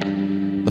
The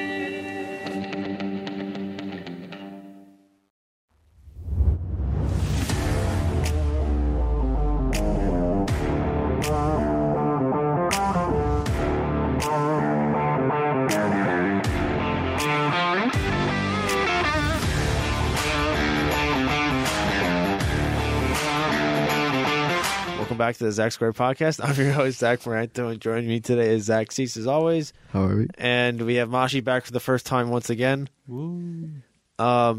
Welcome back to the Zach Square Podcast. I'm your host, Zach Maranto, and joining me today is Zach Cease as always. How are we? And we have Mashi back for the first time once again. Um, I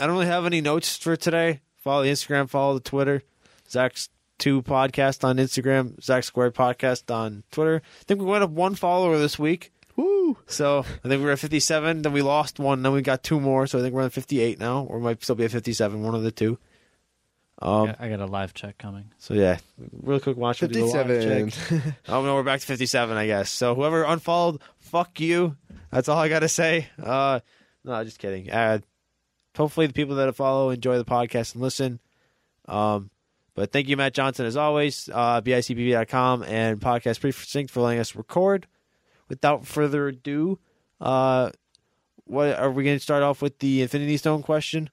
don't really have any notes for today. Follow the Instagram, follow the Twitter. Zach's two podcast on Instagram, Zach Squared Podcast on Twitter. I think we went up one follower this week. Woo! So I think we were at 57, then we lost one, then we got two more. So I think we're on 58 now, or might still be at 57, one of the two. Um, I got a live check coming. So yeah, real quick, watch we'll do the live check. 57. Oh no, we're back to fifty-seven, I guess. So whoever unfollowed, fuck you. That's all I gotta say. Uh, no, just kidding. Uh, hopefully the people that follow enjoy the podcast and listen. Um, but thank you, Matt Johnson, as always. Uh, bicbb.com and podcast precinct for letting us record. Without further ado, uh, what are we going to start off with the Infinity Stone question?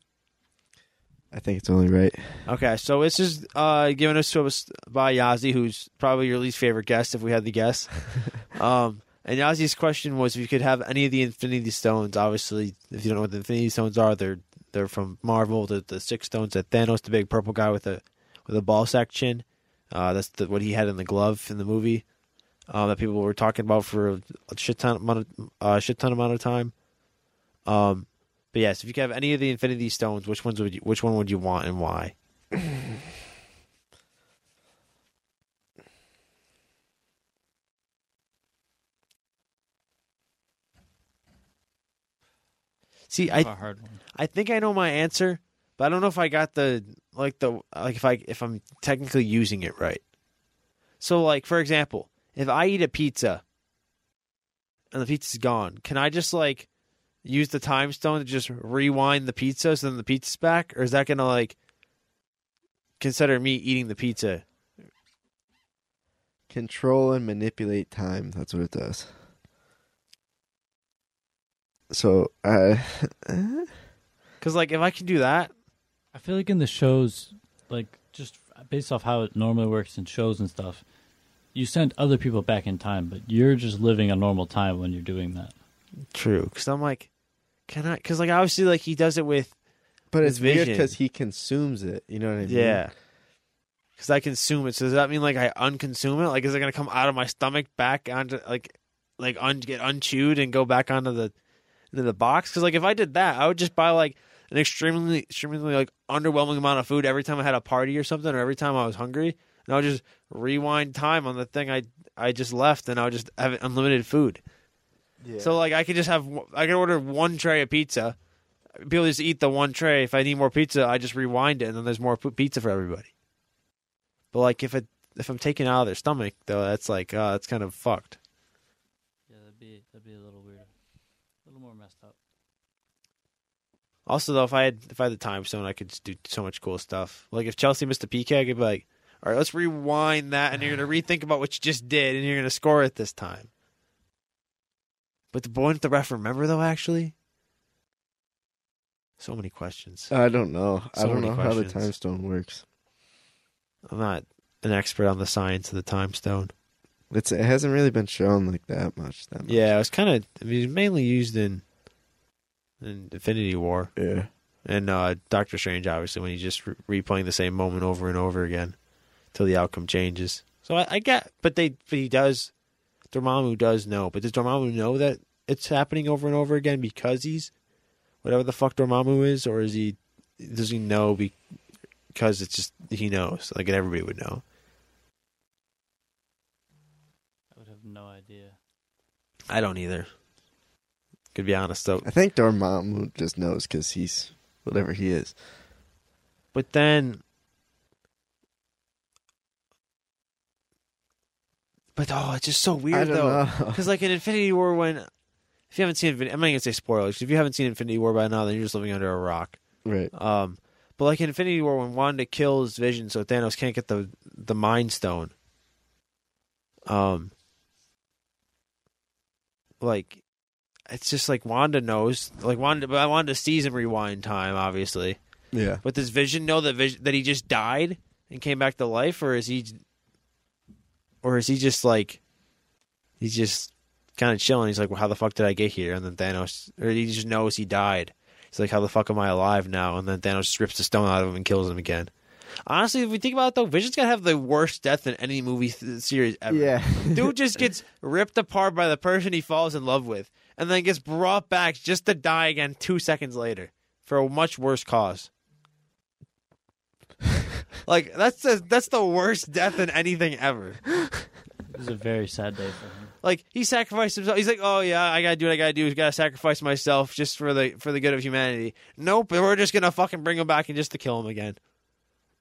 I think it's only right. Okay, so this is uh, given us to us by Yazi, who's probably your least favorite guest if we had the guess. um, and Yazi's question was if you could have any of the Infinity Stones. Obviously, if you don't know what the Infinity Stones are, they're they're from Marvel. The the six stones that Thanos, the big purple guy with a with a ball sack chin. Uh, that's the, what he had in the glove in the movie uh, that people were talking about for a shit ton amount of, uh, shit ton amount of time. Um, but yes, if you could have any of the Infinity Stones, which ones would you, which one would you want and why? See, I A hard one. I think I know my answer, but I don't know if I got the like the like if I if I'm technically using it right. So like for example, if I eat a pizza and the pizza's gone, can I just like use the time stone to just rewind the pizza so then the pizza's back or is that going to like consider me eating the pizza? Control and manipulate time. That's what it does. So, uh, Cuz like if I can do that, I feel like in the shows, like just based off how it normally works in shows and stuff, you send other people back in time, but you're just living a normal time when you're doing that. true, cuz I'm like can I cuz like obviously like he does it with but With it's weird vision. because he consumes it. You know what I mean? Yeah. Because I consume it. So does that mean like I unconsume it? Like, is it gonna come out of my stomach back onto like, like un get unchewed and go back onto the into the box? Because like if I did that, I would just buy like an extremely extremely like underwhelming amount of food every time I had a party or something, or every time I was hungry, and I would just rewind time on the thing I I just left, and I would just have unlimited food. Yeah. So like I could just have I could order one tray of pizza. People just eat the one tray. If I need more pizza, I just rewind it, and then there's more p- pizza for everybody. But like if it if I'm taken out of their stomach though, that's like uh, that's kind of fucked. Yeah, that'd be that'd be a little weird, a little more messed up. Also though, if I had if I had the time stone, I could just do so much cool stuff. Like if Chelsea missed a PK, I could be like, all right, let's rewind that, and you're gonna rethink about what you just did, and you're gonna score it this time. But the wouldn't the ref remember though? Actually, so many questions. Uh, I don't know. I So don't many know how the questions. time stone works. I'm not an expert on the science of the time stone. It's it hasn't really been shown like that much. That much. Yeah, it was kind of. I mean, it was mainly used in in Infinity War Yeah. and uh, Doctor Strange, obviously, when he's just re- replaying the same moment over and over again till the outcome changes. So I, I get, but they, but he does. Dormammu does know, but does Dormammu know that it's happening over and over again because he's whatever the fuck Dormammu is, or is he? Does he know be- because it's just he knows? Like everybody would know. I would have no idea. I don't either. Could be honest though. I think Dormammu just knows because he's whatever he is. But then, but oh, it's just so I weird don't though. know. oh, Because like in Infinity War, when if you haven't seen, Infin- I'm not gonna say spoilers. If you haven't seen Infinity War by now, then you're just living under a rock. Right. Um, but like in Infinity War, when Wanda kills Vision, so Thanos can't get the the Mind Stone. Um, like it's just like Wanda knows, like Wanda, but Wanda sees him rewind time, obviously. Yeah. But does Vision know that Vision that he just died and came back to life, or is he, or is he just like, he's just kind of chilling? He's like, well, how the fuck did I get here? And then Thanos, or he just knows he died. He's like, how the fuck am I alive now? And then Thanos just rips the stone out of him and kills him again. Honestly, if we think about it though, Vision's gonna have the worst death in any movie th- series ever. Yeah. Dude just gets ripped apart by the person he falls in love with, and then gets brought back just to die again two seconds later for a much worse cause. like that's the, that's the worst death in anything ever. It was a very sad day for him. Like he sacrificed himself. He's like, oh yeah, I gotta do what I gotta do. I gotta sacrifice myself just for the for the good of humanity. Nope, we're just gonna fucking bring him back and just to kill him again.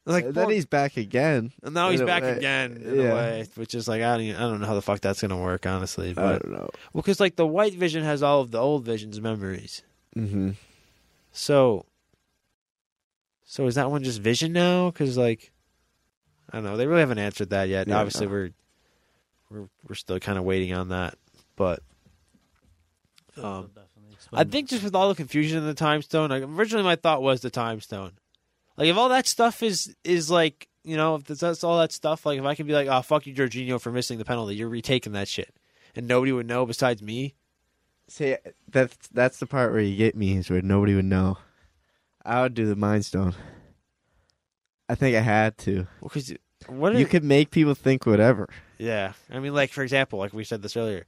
Like And then poor- he's back again. and now he's in a back way. again in a Yeah. way, which is like I don't even, I don't know how the fuck that's gonna work honestly. I But don't know. Well, because like the White Vision has all of the old Vision's memories. Mm-hmm. So, so is that one just Vision now? Because like, I don't know. They really haven't answered that yet. Yeah, Obviously, no. we're we're we're still kind of waiting on that. But Phil Um, would definitely I explain think that. just with all the confusion in the Time Stone, like originally my thought was the Time Stone. Like if all that stuff is is like you know if that's all that stuff, like if I can be like, oh fuck you, Jorginho, for missing the penalty, you're retaking that shit, and nobody would know besides me. See, that's that's the part where you get me is where nobody would know. I would do the Mind Stone. I think I had to. Because what You if- could make people think whatever. yeah, I mean, like for example, like we said this earlier,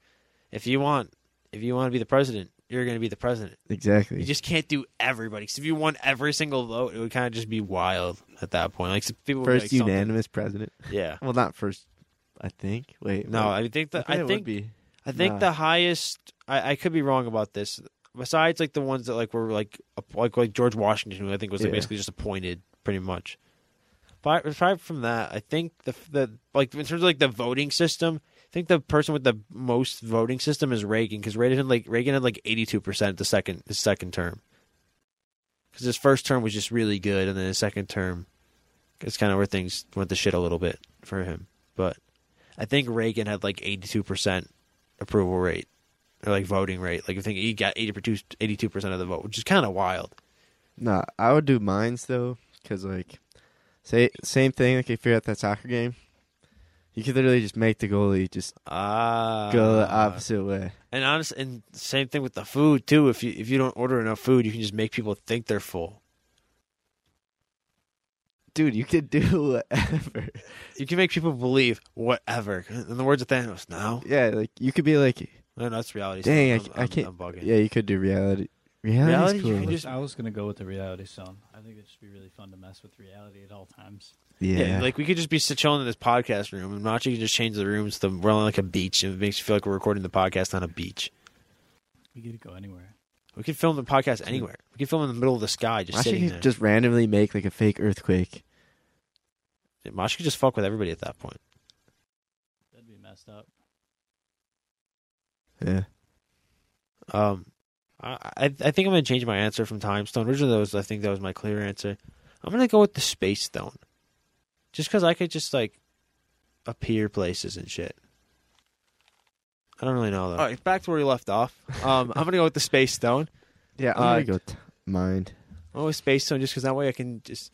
if you want, if you want to be the president, you're going to be the president. Exactly. You just can't do everybody. 'Cause if you won every single vote, it would kind of just be wild at that point. Like so people would be first like, something- unanimous president. Yeah. Well, not first. I think. Wait. No, wait. I think the I it would think be. I think Nah. the highest. I, I could be wrong about this. Besides, like the ones that like were like app- like like George Washington, who I think was like, Yeah. basically just appointed, pretty much. But aside from that, I think the the like in terms of like the voting system, I think the person with the most voting system is Reagan because Reagan had like Reagan had like eighty two percent the second his second term. Because his first term was just really good, and then his second term, it's kind of where things went to shit a little bit for him. But I think Reagan had like eighty two percent approval rate or like voting rate. Like I think he got 82 percent of the vote, which is kind of wild. No, I would do mines though, because like, say same thing. Like if you're at that soccer game, you could literally just make the goalie just Ah, go the opposite way. And honest, and same thing with the food too. If you if you don't order enough food, you can just make people think they're full. Dude, you could do whatever. You can make people believe whatever. In the words of Thanos, no, Yeah, like you could be like, no, that's reality. Dang, I I'm- c- I I'm- can't- I'm bugging. yeah, you could do reality. Reality's Reality, you cool. can I, just- was- I was gonna go with the reality stone. I think it should be really fun to mess with reality at all times. yeah. Yeah. like we could just be sit- chilling in this podcast room, and Machi could just change the rooms. To, we're on like a beach, and it makes you feel like we're recording the podcast on a beach. We could go anywhere. We could film the podcast anywhere. We could film in the middle of the sky, just Why should sitting you there. just randomly make like a fake earthquake? Machi could just fuck with everybody at that point. That'd be messed up. Yeah. Um, I I I think I'm gonna change my answer from Time Stone. Originally, that was I think that was my clear answer. I'm gonna go with the Space Stone, just because I could just like appear places and shit. I don't really know though. All right, back to where we left off. Um, I'm gonna go with the Space Stone. Yeah, I'm Uh, gonna go t- mind. I'm going with Space Stone just because that way I can just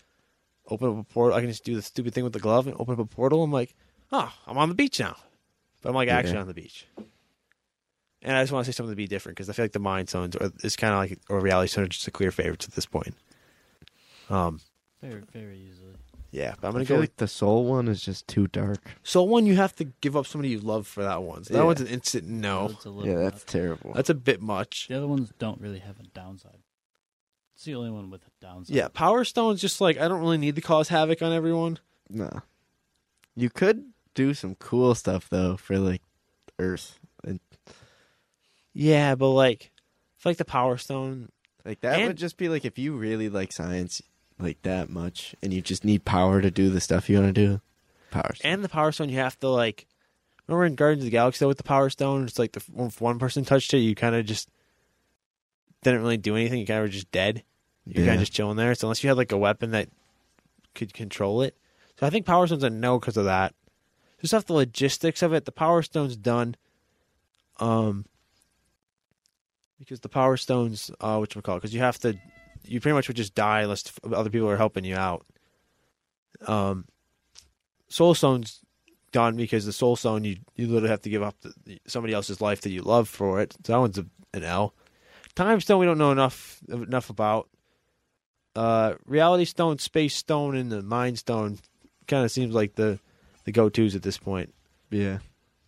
open up a portal. I can just do the stupid thing with the glove and open up a portal. I'm like, oh, I'm on the beach now, but I'm like Yeah. actually on the beach. And I just want to say something to be different because I feel like the Mind Stones are, is kind of like or Reality Stone are just the clear favorites at this point. Um, Very, very easily. yeah, but I'm i gonna go. feel with, like the soul one is just too dark. so one, you have to give up somebody you love for that one. So that Yeah. one's an instant no. It's a little yeah, that's nuts. terrible. Oh, That's a bit much. the other ones don't really have a downside. It's the only one with a downside. Yeah, Power Stone's just like I don't really need to cause havoc on everyone. No. You could do some cool stuff though for like Earth. Yeah, but like, I feel like the Power Stone Like that And- would just be like if you really like science like that much and you just need power to do the stuff you want to do. Power. and the power stone you have to like remember in guardians of the galaxy though with the power stone it's like the if one person touched it you kind of just didn't really do anything. You kind of were just dead. You're kind Yeah. of just chilling there. So unless you had like a weapon that could control it, so I think Power Stone's a no because of that. Just off the logistics of it, the Power Stone's done. Um, because the Power Stones, uh, which we call because you have to, you pretty much would just die unless f- other people are helping you out. Um, Soul Stone's gone because the Soul Stone you you literally have to give up the, somebody else's life that you love for it. So that one's a, an L. Time Stone we don't know enough enough about. Uh, Reality Stone, Space Stone, and the Mind Stone kind of seems like the the go tos at this point. Yeah.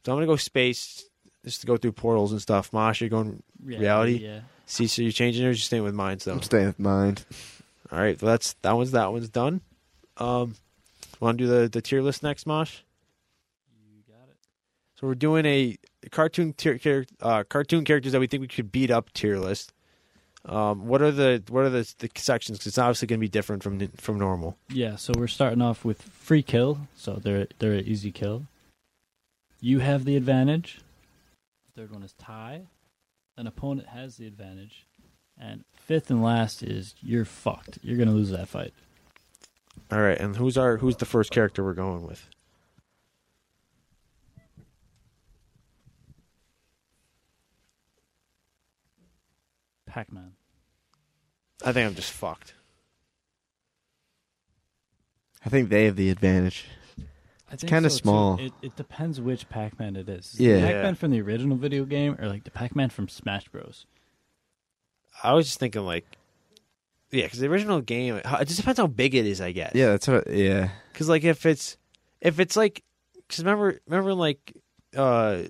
So I'm gonna go space just to go through portals and stuff. Mosh, you're going Reality? Yeah. see, so you're changing or you're staying with Mind Stone. I'm staying with mind. All right, well that's that one's that one's done. Um, want to do the the tier list next, Mosh? You got it. So we're doing a cartoon tier, char- uh, cartoon characters that we think we could beat up tier list. Um, what are the what are the, the sections? 'Cause it's obviously going to be different from from normal. Yeah, so we're starting off with free kill, so they're they're an easy kill. You have the advantage. Third one is tie. An opponent has the advantage. And fifth and last is you're fucked. You're gonna lose that fight. All right, and who's our who's the first character we're going with? Pac Man. I think I'm just fucked. I think they have the advantage. It's kinda small. It, it depends which Pac Man it is. Is Yeah. the Pac Man from the original video game or like the Pac Man from Smash Bros. I was just thinking like, yeah, because the original game how- it just depends how big it is, I guess. Yeah, that's what. Yeah. Because like if it's if it's like because remember remember like uh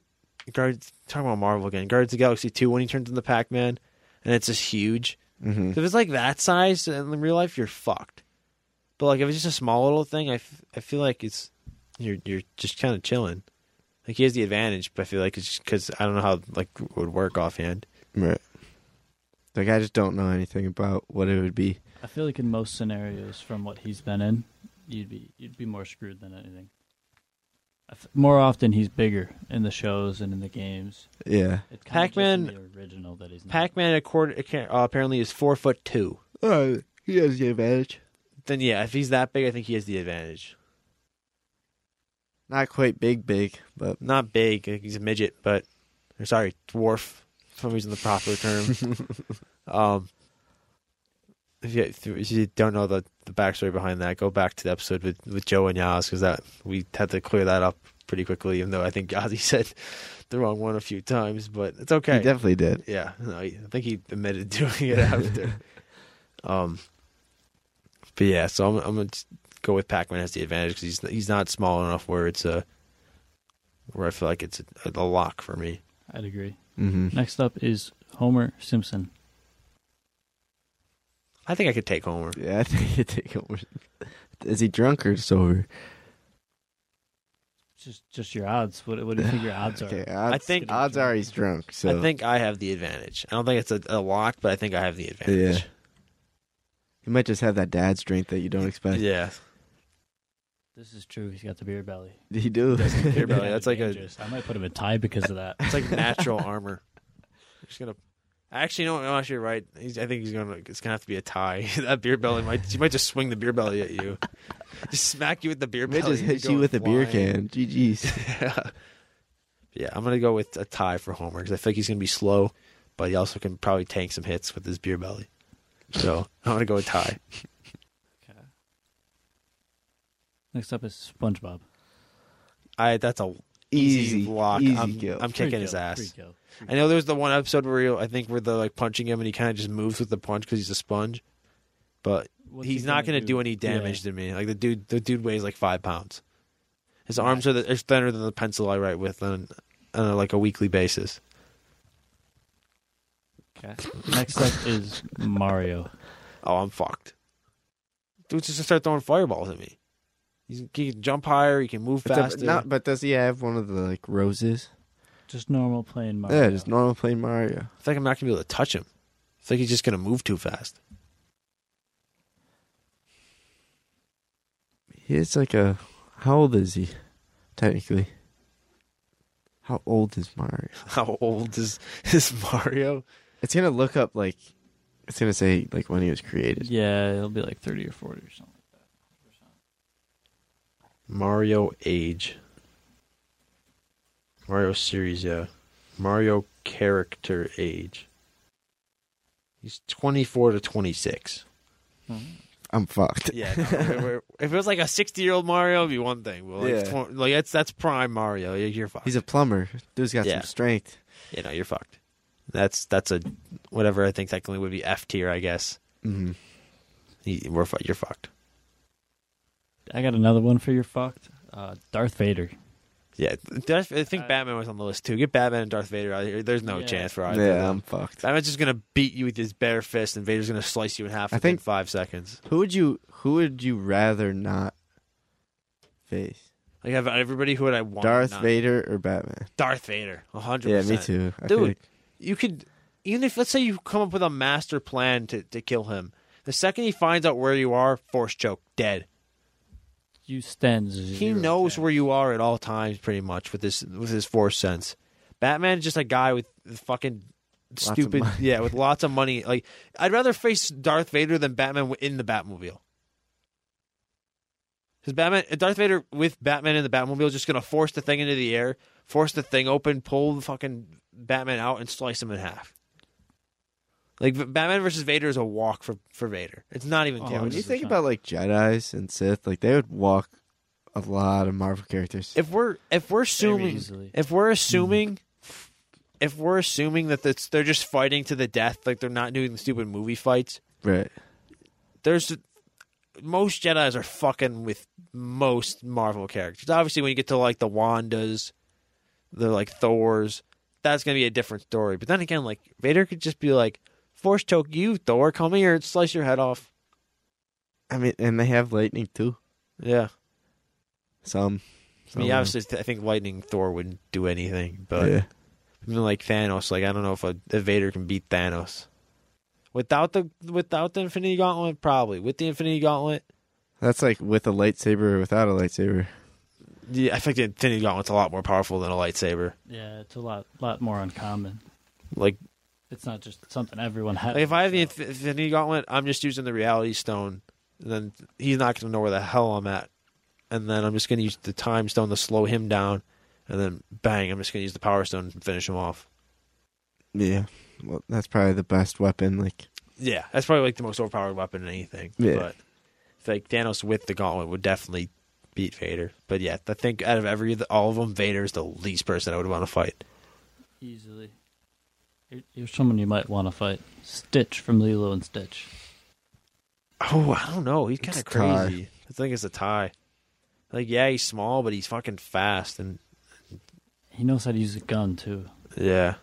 guard talking about Marvel again Guardians of the Galaxy two when he turns into Pac Man and it's just huge. hmm So if it's like that size in real life, you're fucked. But like if it's just a small little thing, I, f- I feel like it's you're you're just kind of chilling. Like he has the advantage, but I feel like it's just because I don't know how like it would work offhand. Right. Like I just don't know anything about what it would be. I feel like in most scenarios from what he's been in, you'd be you'd be more screwed than anything. I th- More often he's bigger in the shows and in the games. Yeah. It's kinda just in Pac-Man- the original that he's not. Pac Man uh, apparently is four foot two. Uh, he has the advantage. Then yeah, if he's that big, I think he has the advantage. Not quite big, big, but Not big, like, he's a midget, but or sorry, dwarf. For some reason, the proper term. um, if you, if you don't know the, the backstory behind that, go back to the episode with, with Joe and Yaz because that we had to clear that up pretty quickly. Even though I think Yazi said the wrong one a few times, but it's okay. he definitely did. Yeah, no, I think he admitted doing it after. um, but yeah, so I'm, I'm gonna just go with Pac-Man has the advantage because he's he's not small enough where it's a where I feel like it's a, a lock for me. I'd agree. Mm-hmm. Next up is Homer Simpson. I think I could take Homer. Yeah, I think he'd take over. Is he drunk or sober? Just just your odds. What what do you think your odds are? Okay, odds, I think- odds are he's drunk. So I think I have the advantage. I don't think it's a, a lock, but I think I have the advantage. Yeah. he might just have that dad strength that you don't expect. Yeah. This is true. He's got the beer belly. He do. Beer belly, that's like a- Dangerous. I might put him in tie because of that. It's like natural armor. I'm just gonna. Actually, no, no. Actually, you're right. He's, I think he's gonna. It's gonna have to be a tie. that beer belly might. He might just swing the beer belly at you. just smack you with the beer might belly. just and hit go you with a beer flying. can. GG's. yeah. yeah, I'm gonna go with a tie for Homer because I think he's gonna be slow, but he also can probably tank some hits with his beer belly. So I'm gonna go with tie. Okay. Next up is SpongeBob. I that's a easy, Easy, lock. easy I'm, kill. I'm Free kicking kill, his ass. free kill. I know there's the one episode where you, I think where they're like punching him and he kind of just moves with the punch because he's a sponge. But What's he's he not going to do any Yeah. damage to me. Like the dude, the dude weighs like five pounds. His arms are, the, are thinner than the pencil I write with on, on like a weekly basis. Okay. Next up is Mario. Oh, I'm fucked. Dude's just gonna start throwing fireballs at me. He's, he can jump higher. He can move But, faster. the- not, but does he have one of the like roses? Just normal playing Oh, Mario. Yeah, just normal plain Mario. I think I'm not going to be able to touch him. I think he's just going to move too fast. He is like a. How old is he? Technically. How old is Mario? How old is is Mario? It's gonna look up like it's gonna say like when he was created. Yeah, it'll be like 30 or 40 or something. Mario Age. Mario series, yeah. Mario character age. He's 24 to 26. I'm fucked. Yeah, no, we're- we're- if it was like a sixty-year-old Mario, it'd be one thing. But like, Yeah. tw- like that's that's prime Mario. You're, you're fucked. He's a plumber. Dude's got Yeah. some strength. you know, you're fucked. That's that's a whatever. I think technically would be F tier, I guess. Mm-hmm. You- We're fu- you're fucked. I got another one for your fucked. Uh, Darth Vader. Yeah, Darth, I think Uh, Batman was on the list too. Get Batman and Darth Vader out of here. There's no Yeah. chance for either. Yeah, of I'm them. fucked. Batman's just gonna beat you with his bare fist, and Vader's gonna slice you in half I within think- five seconds. Who would you Who would you rather not face? Like have everybody who would I want? Darth not- Vader or Batman? Darth Vader. A hundred. Yeah, me percent. too. I Dude. feel like- you could even if let's say you come up with a master plan to, to kill him the second he finds out where you are force choke dead You stand zero. he knows chance. where you are at all times pretty much with his with his force sense batman is just a guy with the fucking of stupid money. yeah with lots of money like i'd rather face darth vader than batman in the batmobile because batman darth vader with batman in the batmobile is just gonna force the thing into the air force the thing open pull the fucking batman out and slice him in half like batman versus vader is a walk for, for vader it's not even Oh, close. When you just think a about like Jedi's and Sith, like they would walk a lot of Marvel characters. if we're if we're assuming easily. if we're assuming if we're assuming that it's, they're just fighting to the death like they're not doing the stupid movie fights right. there's most jedis are fucking with most marvel characters obviously when you get to like the wandas the like thors that's gonna be a different story but then again like vader could just be like force choke you thor come here and slice your head off I mean, and they have lightning too. yeah Some. i mean some- obviously i think lightning thor wouldn't do anything but yeah. I mean, like Thanos. Like I don't know if a, if Vader can beat Thanos. Without the without the Infinity Gauntlet, probably. With the Infinity Gauntlet, That's like with a lightsaber or without a lightsaber. yeah, I think the Infinity Gauntlet's a lot more powerful than a lightsaber. Yeah, it's a lot, lot more uncommon. Like, It's not just something everyone has. like if I have the so- Inf- Infinity Gauntlet, I'm just using the Reality Stone. then he's not going to know where the hell I'm at, and then I'm just going to use the Time Stone to slow him down, and then bang, I'm just going to use the Power Stone to finish him off. Yeah. Well, that's probably the best weapon. Like, Yeah, that's probably like the most overpowered weapon in anything. Yeah. But it's like Thanos with the gauntlet would definitely beat Vader. But yeah, I think out of every all of them, Vader is the least person I would want to fight. easily. Here- Here's someone you might want to fight: Stitch from Lilo and Stitch. Oh, I don't know. He's kind It's a of tie. crazy. I think it's a tie. Like yeah, he's small, but he's fucking fast and He knows how to use a gun too. yeah.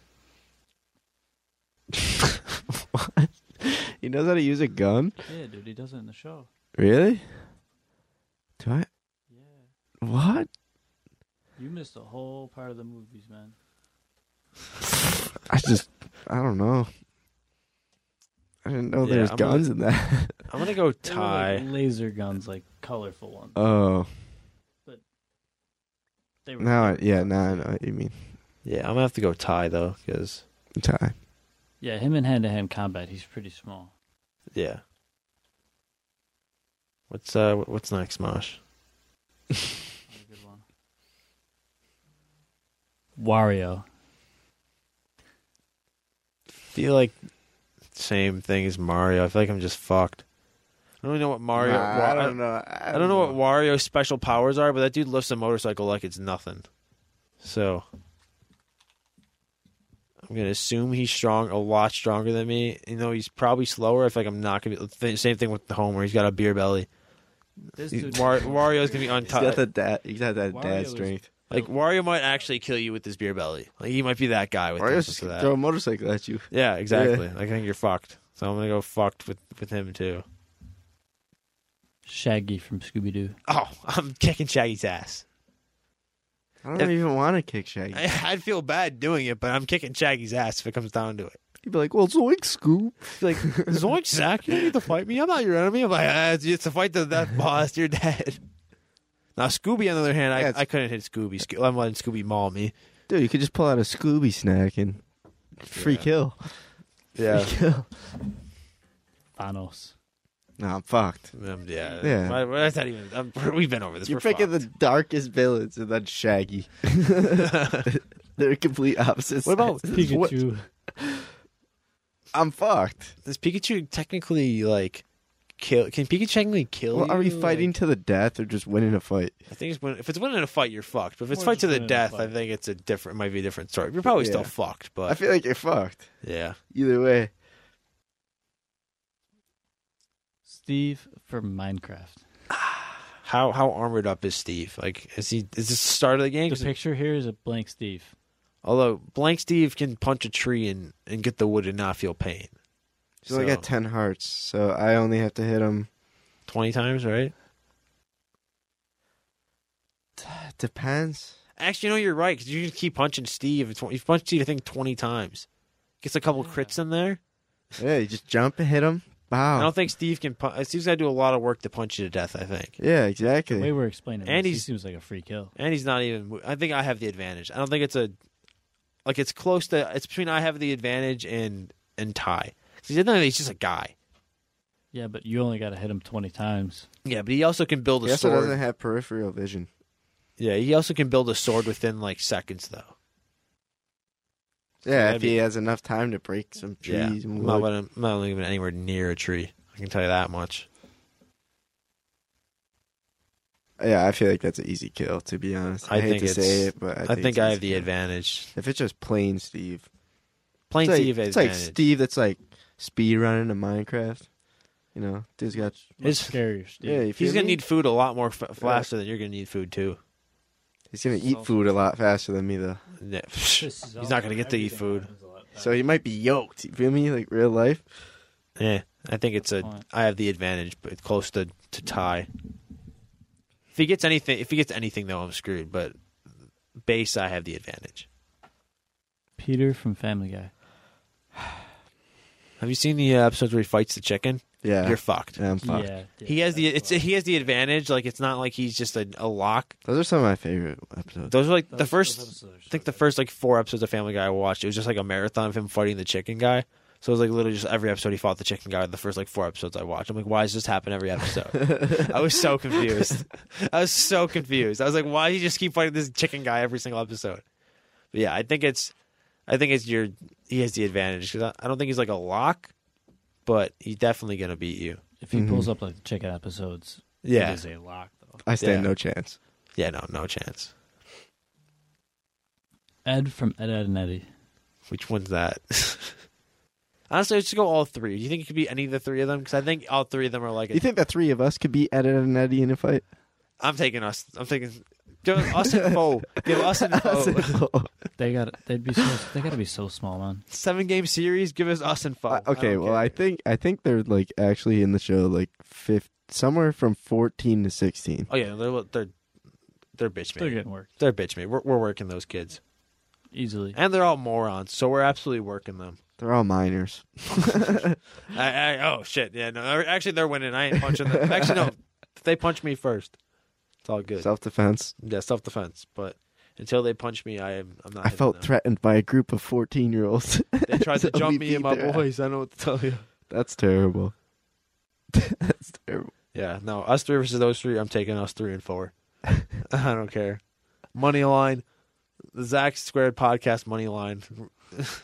he knows how to use a gun. Yeah, dude, he does it in the show. Really? Do I? Yeah, What? you missed a whole part of the movies, man. I just. I don't know. I didn't know Yeah, there was I'm gonna- guns in that. I'm gonna go They were like tie. laser guns, like colorful ones. Oh. They were Now, I, different yeah, ones. now I know what you mean. Yeah, I'm gonna have to go tie though, because Ty. Yeah, him in hand-to-hand combat, he's pretty small. yeah. What's uh what's next, Mosh? Not a good one. Wario. feel like same thing as Mario. I feel like I'm just fucked. I don't even know what Mario. Nah, Wa- I don't know. I I don't know what Wario's special powers are, but that dude lifts a motorcycle like it's nothing. So I'm gonna assume he's strong, a lot stronger than me. You know, he's probably slower. I feel like I'm not gonna be. Th- same thing with the Homer. He's got a beer belly. This You- dude War- Wario's gonna be on He's got top. that dad. He's got that Wario dad is- strength. Like Wario might actually kill you with his beer belly. Like he might be that guy with this Wario's just or gonna that. throw a motorcycle at you. Yeah, exactly. Like I think you're fucked. So I'm gonna go fucked with with him too. Shaggy from Scooby Doo. Oh, I'm kicking Shaggy's ass. I don't even want to kick Shaggy. I, I'd feel bad doing it, but I'm kicking Shaggy's ass if it comes down to it. He'd be like, "Well, Zoink Scoop." Be Like, Zoink, Zach, you don't need to fight me. I'm not your enemy. I'm like, ah, it's, it's a fight to the death, boss. You're dead. Now, Scooby, on the other hand, Yeah, I, it's- I couldn't hit Scooby. Sco- I'm letting Scooby maul me. Dude, you could just pull out a Scooby snack and free Yeah. kill. Yeah. Kill. Thanos. No, I'm fucked. Um, yeah. Yeah. Why- why- that's not even. I'm, we've been over this. You're We're picking fucked. the darkest villains and then Shaggy. They're complete opposites. What about- sides. What- Pikachu. I'm fucked. Does Pikachu technically like kill? Can Pikachu technically kill? Well, are we you? Like, fighting to the death or just winning a fight? I think it's win- if it's winning a fight, you're fucked. But if it's Or fight just to the winning a death, I fight. think it's a different. Might be a different story. You're probably still Yeah. fucked, but I feel like you're fucked. yeah. Either way. Steve from Minecraft. How how armored up is Steve? Like, is he? Is this the start of the game? The 'Cause- picture here is a blank Steve. Although blank Steve can punch a tree and and get the wood and not feel pain. So, I got 10 hearts, so I only have to hit him. twenty times, right? Depends. Actually, no, you're right because you just keep punching Steve. It's, you've punched Steve, I think, twenty times. Gets a couple crits in there. Yeah, you just jump and hit him. I Wow. don't think Steve can. Pu- Steve's got to do a lot of work to punch you to death. I think, The Yeah, way exactly. we're explaining And this, he he's- seems like a free kill. and he's not even. I think I have the advantage. I don't think it's a like it's close to. It's between I have the advantage and and tie. 'Cause He's, not- he's just a guy. Yeah, but you only got to hit him 20 times. Yeah, but he also can build He a also sword. doesn't have peripheral vision. Yeah, he also can build a sword within like seconds, though. Yeah, That'd if be- he has enough time to break some Yeah, trees and I'm wood. not, I'm not even anywhere near a tree. I can tell you that much. Yeah, I feel like that's an easy kill. To be honest, I, I hate think to say it's- it, but I, I, think it's I easy have the kill. advantage. If it's just plain Steve, Plain it's like, Steve has it's like advantage. Steve that's like speed running in Minecraft. You know, dude's got Much It's- scarier, Steve. yeah. You feel He's gonna me? need food a lot more f- faster than you're gonna need food too. He's gonna eat food a lot faster than me though, Yeah. He's not gonna get to eat food. so he might be yoked. You feel me? Like real life. Yeah, I think it's Good a. point. I have the advantage, but it's close to to tie. If he gets anything, if he gets anything though, I'm screwed. But base, I have the advantage. Peter from Family Guy. Have you seen the uh, episodes where he fights the chicken? Yeah, You're fucked. yeah, I'm fucked. Yeah, yeah, he has the it's that's what- he has the advantage. Like it's not like he's just a, a lock. Those are some of my favorite episodes. Those are like the those- first. those episodes are I so think the good. first like four episodes of Family Guy I watched, it was just like a marathon of him fighting the chicken guy. So it was like literally just every episode he fought the chicken guy. The first like four episodes I watched, I'm like, why does this happen every episode? I was so confused. I was so confused. I was like, why do you just keep fighting this chicken guy every single episode? But yeah, I think it's, I think it's your he has the advantage because I, I don't think he's like a lock, but he's definitely gonna beat you. If he Mhm. pulls up like the chicken episodes, Mm-hmm. Yeah, it is a lock though. I stand yeah. no chance. yeah, no, no chance. Ed from Ed, Ed and Eddie. Which one's that? Honestly, I just go all three. Do you think it could be any of the three of them? Because I think all three of them are like. You think the three of us could beat Ed Ed, and Eddie in a fight? I'm taking us. I'm taking. Give us and Foe. Give us and Foe. They got they'd be so, they got to be so small, man. Seven game series. Give us us and Foe. Uh, I okay, don't well, care. I think I think they're like actually in the show like fifth, somewhere from fourteen to sixteen. Oh yeah, they're they're they're bitch They're me. getting worked They're bitch me. We're we're working those kids, easily. and they're all morons. So we're absolutely working them. They're all minors. I, I, oh shit. Yeah. No. they're- Actually, they're winning. I ain't punching them. Actually, no. They punch me first. It's all good. Self defense. yeah, self defense. But until they punch me, I am. I'm not. I hitting felt them. threatened by a group of fourteen year olds. They tried to So we jump me and my beat their boys. I don't know what to tell you. That's terrible. That's terrible. Yeah, no, us three versus those three. I'm taking us three and four. I don't care. Money line, the Zach Squared podcast money line.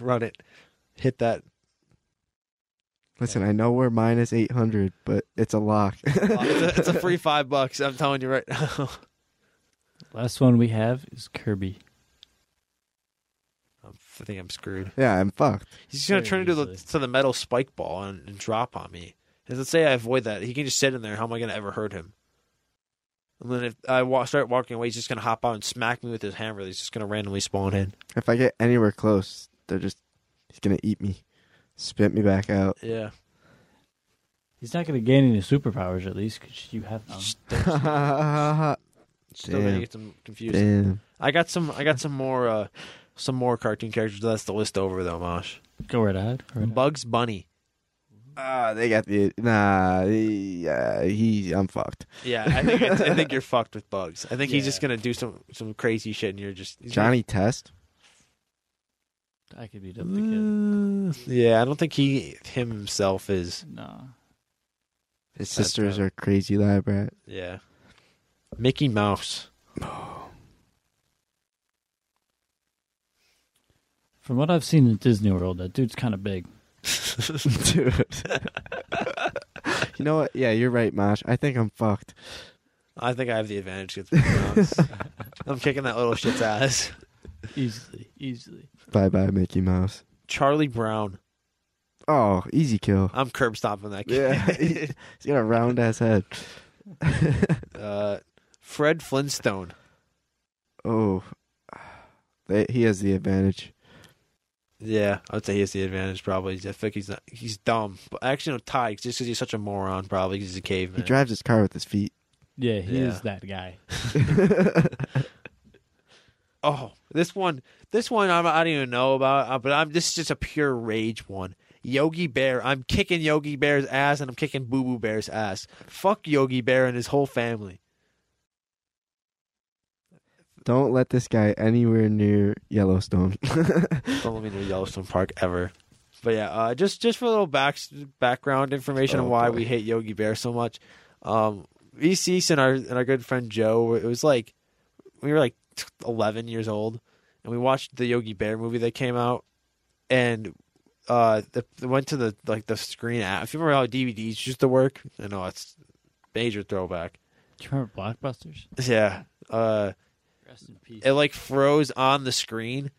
Run it, hit that. Listen, I know we're minus eight hundred, but it's a lock. It's a, it's a free five bucks. I'm telling you right now. Last one we have is Kirby. I'm- I think I'm screwed. yeah, I'm fucked. He's gonna Very turn into the easily. to the metal spike ball and, and drop on me. And let's say I avoid that, he can just sit in there. How am I gonna ever hurt him? And then if I wa- start walking away, he's just gonna hop out and smack me with his hammer. that He's just gonna randomly spawn in. If I get anywhere close, they're just he's gonna eat me, spit me back out. Yeah. He's not going to gain any superpowers at least because you Oh. have um, none. Damn. Still gonna Damn. get them confused. I got some. I got some more. Uh, some more cartoon characters. That's the list over though, Mosh. Go right ahead. Go right ahead. Bugs Bunny. Ah, they got the nah. He, uh, he, I'm fucked. Yeah, I think it's, I think you're fucked with Bugs. I think he's just Yeah. gonna do some some crazy shit, and you're just he's Johnny Test. Mm. I could beat up the kid. Gonna, Yeah, I don't think he him himself is. No. His sisters are crazy lab rat. Yeah, Mickey Mouse. From what I've seen in Disney World, that dude's kind of big. Dude. you know what? Yeah, you're right, Mosh. I think I'm fucked. I think I have the advantage against Mickey Mouse. I'm kicking that little shit's ass. Easily, easily. Bye bye, Mickey Mouse. Charlie Brown. Oh, easy kill. I'm curb stomping that Yeah. kid. He's got a round ass head. uh, Fred Flintstone. oh. They, he has the advantage. Yeah, I would say he has the advantage probably. I think he's not, he's dumb, but actually no, Ty just because he's such a moron probably 'cause he's a caveman. He drives his car with his feet. Yeah, he Yeah. is that guy. oh, this one, this one I'm, I don't even know about, uh, but I'm this is just a pure rage one. Yogi Bear, I'm kicking Yogi Bear's ass and I'm kicking Boo Boo Bear's ass. Fuck Yogi Bear and his whole family. Don't let this guy anywhere near Yellowstone. Don't let me near Yellowstone Park ever. But yeah, uh, just just for a little back background information on Oh, why boy. we hate Yogi Bear so much. Um, VCs and our and our good friend Joe, it was like we were like eleven years old, and we watched the Yogi Bear movie that came out, and uh, the, they went to the like the screen app. If you remember how DVDs used to work, I know it's major throwback. Do you remember Blockbusters? Yeah, uh, Rest in peace. it like froze on the screen.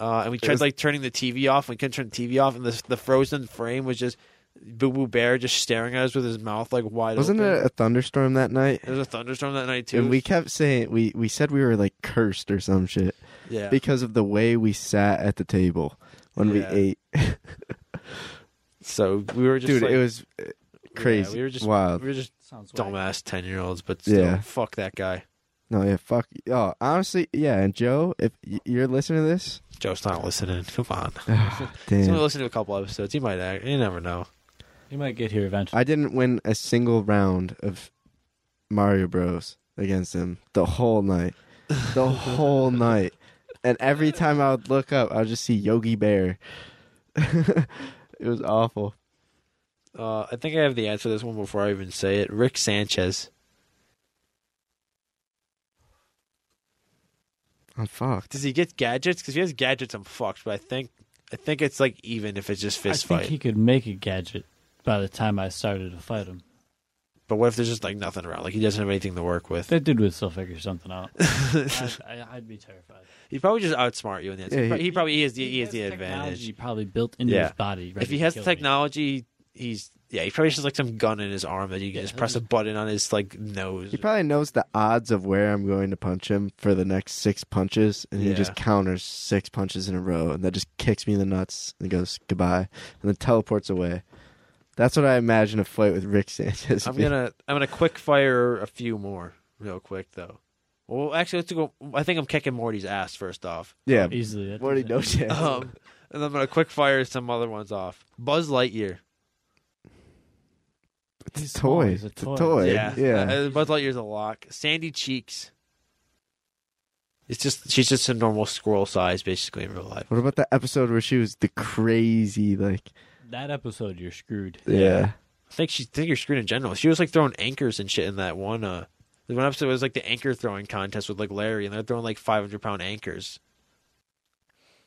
Uh, and we tried was- like turning the TV off. We couldn't turn the TV off, and the the frozen frame was just Boo Boo Bear just staring at us with his mouth like wide Wasn't open. it a thunderstorm that night? There was a thunderstorm that night too. And we kept saying we, we said we were like cursed or some shit yeah, because of the way we sat at the table when Yeah. we ate. so we were just Dude, like- it was uh, yeah, crazy. we were just wild. we were just Sounds whack. dumbass ten year olds, but still, Yeah. fuck that guy. No, yeah, fuck. Oh, honestly, yeah. And Joe, if y- you're listening to this, ah, Joe's not listening. Come on, he's only damn, listened to a couple episodes. He might act. You never know. He might get here eventually. I didn't win a single round of Mario Bros against him the whole night, the whole night. And every time I would look up, I would just see Yogi Bear. it was awful. Uh, I think I have the answer to this one before I even say it. Rick Sanchez. I'm fucked. Does he get gadgets? Because if he has gadgets, I'm fucked. But I think I think it's like even if it's just I fist think fight. he could make a gadget by the time I started to fight him. But what if there's just like nothing around? Like he doesn't have anything to work with. That dude would still figure something out. I'd, I, I'd be terrified. He'd probably just outsmart you in the end. Yeah, he, he- probably, he probably is the he has the technology advantage. probably built into Yeah. his body. ready If he to has the kill me. technology, he's yeah. He probably just has like some gun in his arm that you can Yeah, just he'll press a just- button on his like nose. He probably knows the odds of where I'm going to punch him for the next six punches, and he Yeah. just counters six punches in a row, and that just kicks me in the nuts and goes goodbye, and then teleports away. That's what I imagine a fight with Rick Sanchez. I'm being. gonna I'm gonna quick fire a few more real quick though. Well, actually, let's go. I think I'm kicking Morty's ass first off. yeah, easily. that Morty, dude's no like- chance. Um, and I'm gonna quick fire some other ones off. Buzz Lightyear. it's a small, toy. he's a It's a toy. toy. Yeah, Yeah, Uh, Buzz Lightyear's a lock. Sandy Cheeks. It's just she's just a normal squirrel size, basically in real life. What about the episode where she was the crazy like? That episode, you're screwed. Yeah. I think she think you're screwed in general. She was like throwing anchors and shit in that one. Uh, the one episode was like the anchor throwing contest with like Larry, and they're throwing like 500 pound anchors.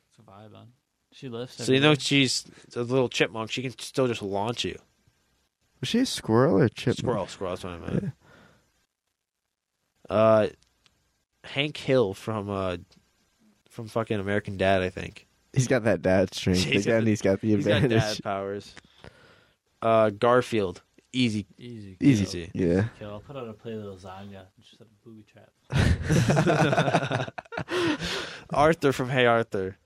It's a vibe on. She lifts. So you know everything. she's a little chipmunk. She can still just launch you. Was she a squirrel or a chipmunk? Squirrel, squirrel. That's what I meant. Uh, Hank Hill from uh, from fucking American Dad, I think. He's got that dad strength. He's got Again, the- he's got the He's got advantage. dad powers. Uh, Garfield, easy. easy, Easy. kill. Easy. Yeah. Kill. I'll put out a plate of lasagna and just set a booby trap. Arthur from Hey Arthur.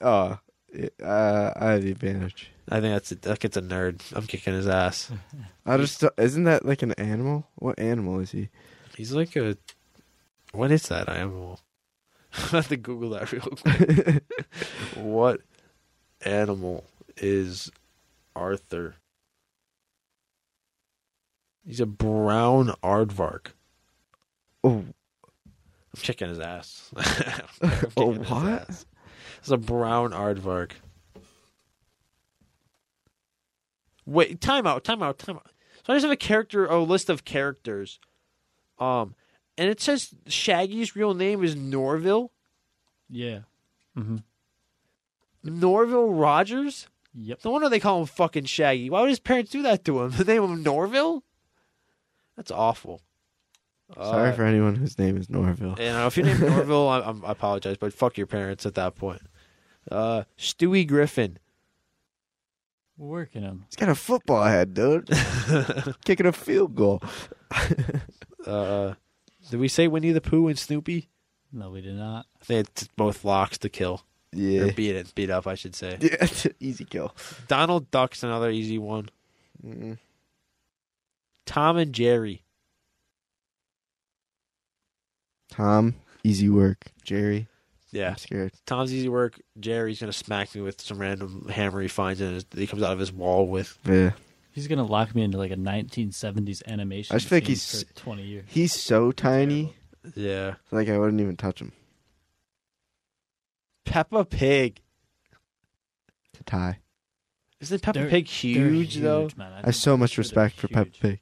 Oh, uh, I have the advantage. I think that's that kid's a nerd. I'm kicking his ass. I just isn't that like an animal? What animal is he? He's like a. What is that animal? I have to Google that real quick. what animal is Arthur? He's a brown aardvark. oh, I'm kicking his ass. Oh, what? It's a brown aardvark. Wait, timeout, timeout, timeout. So I just have a character, a list of characters, um, and it says Shaggy's real name is Norville. Yeah. Mm-hmm. Norville Rogers. Yep. No wonder they call him fucking Shaggy. Why would his parents do that to him? They name him Norville. That's awful. Uh, Sorry for anyone whose name is Norville. You know, if you're named Norville, I, I'm- I apologize, but fuck your parents at that point. Uh, Stewie Griffin. We're working him. He's got a football head, dude. Kicking a field goal. Uh, did we say Winnie the Pooh and Snoopy? No, we did not. They had t- both locks to kill Yeah. or beat it, beat up, I should say. yeah. Easy kill. Donald Duck's another easy one. Mm. Tom and Jerry. Tom, easy work. Jerry, Yeah, I'm scared. Tom's easy work. Jerry's gonna smack me with some random hammer he finds and he comes out of his wall with. Yeah. He's gonna lock me into like a 1970s animation. I just feel like scene he's- for 20 years. He's so tiny, Yeah, like I wouldn't even touch him. Peppa Pig. To tie. Isn't Peppa They're- Pig They're huge, though? man. I have so much respect for Peppa Pig.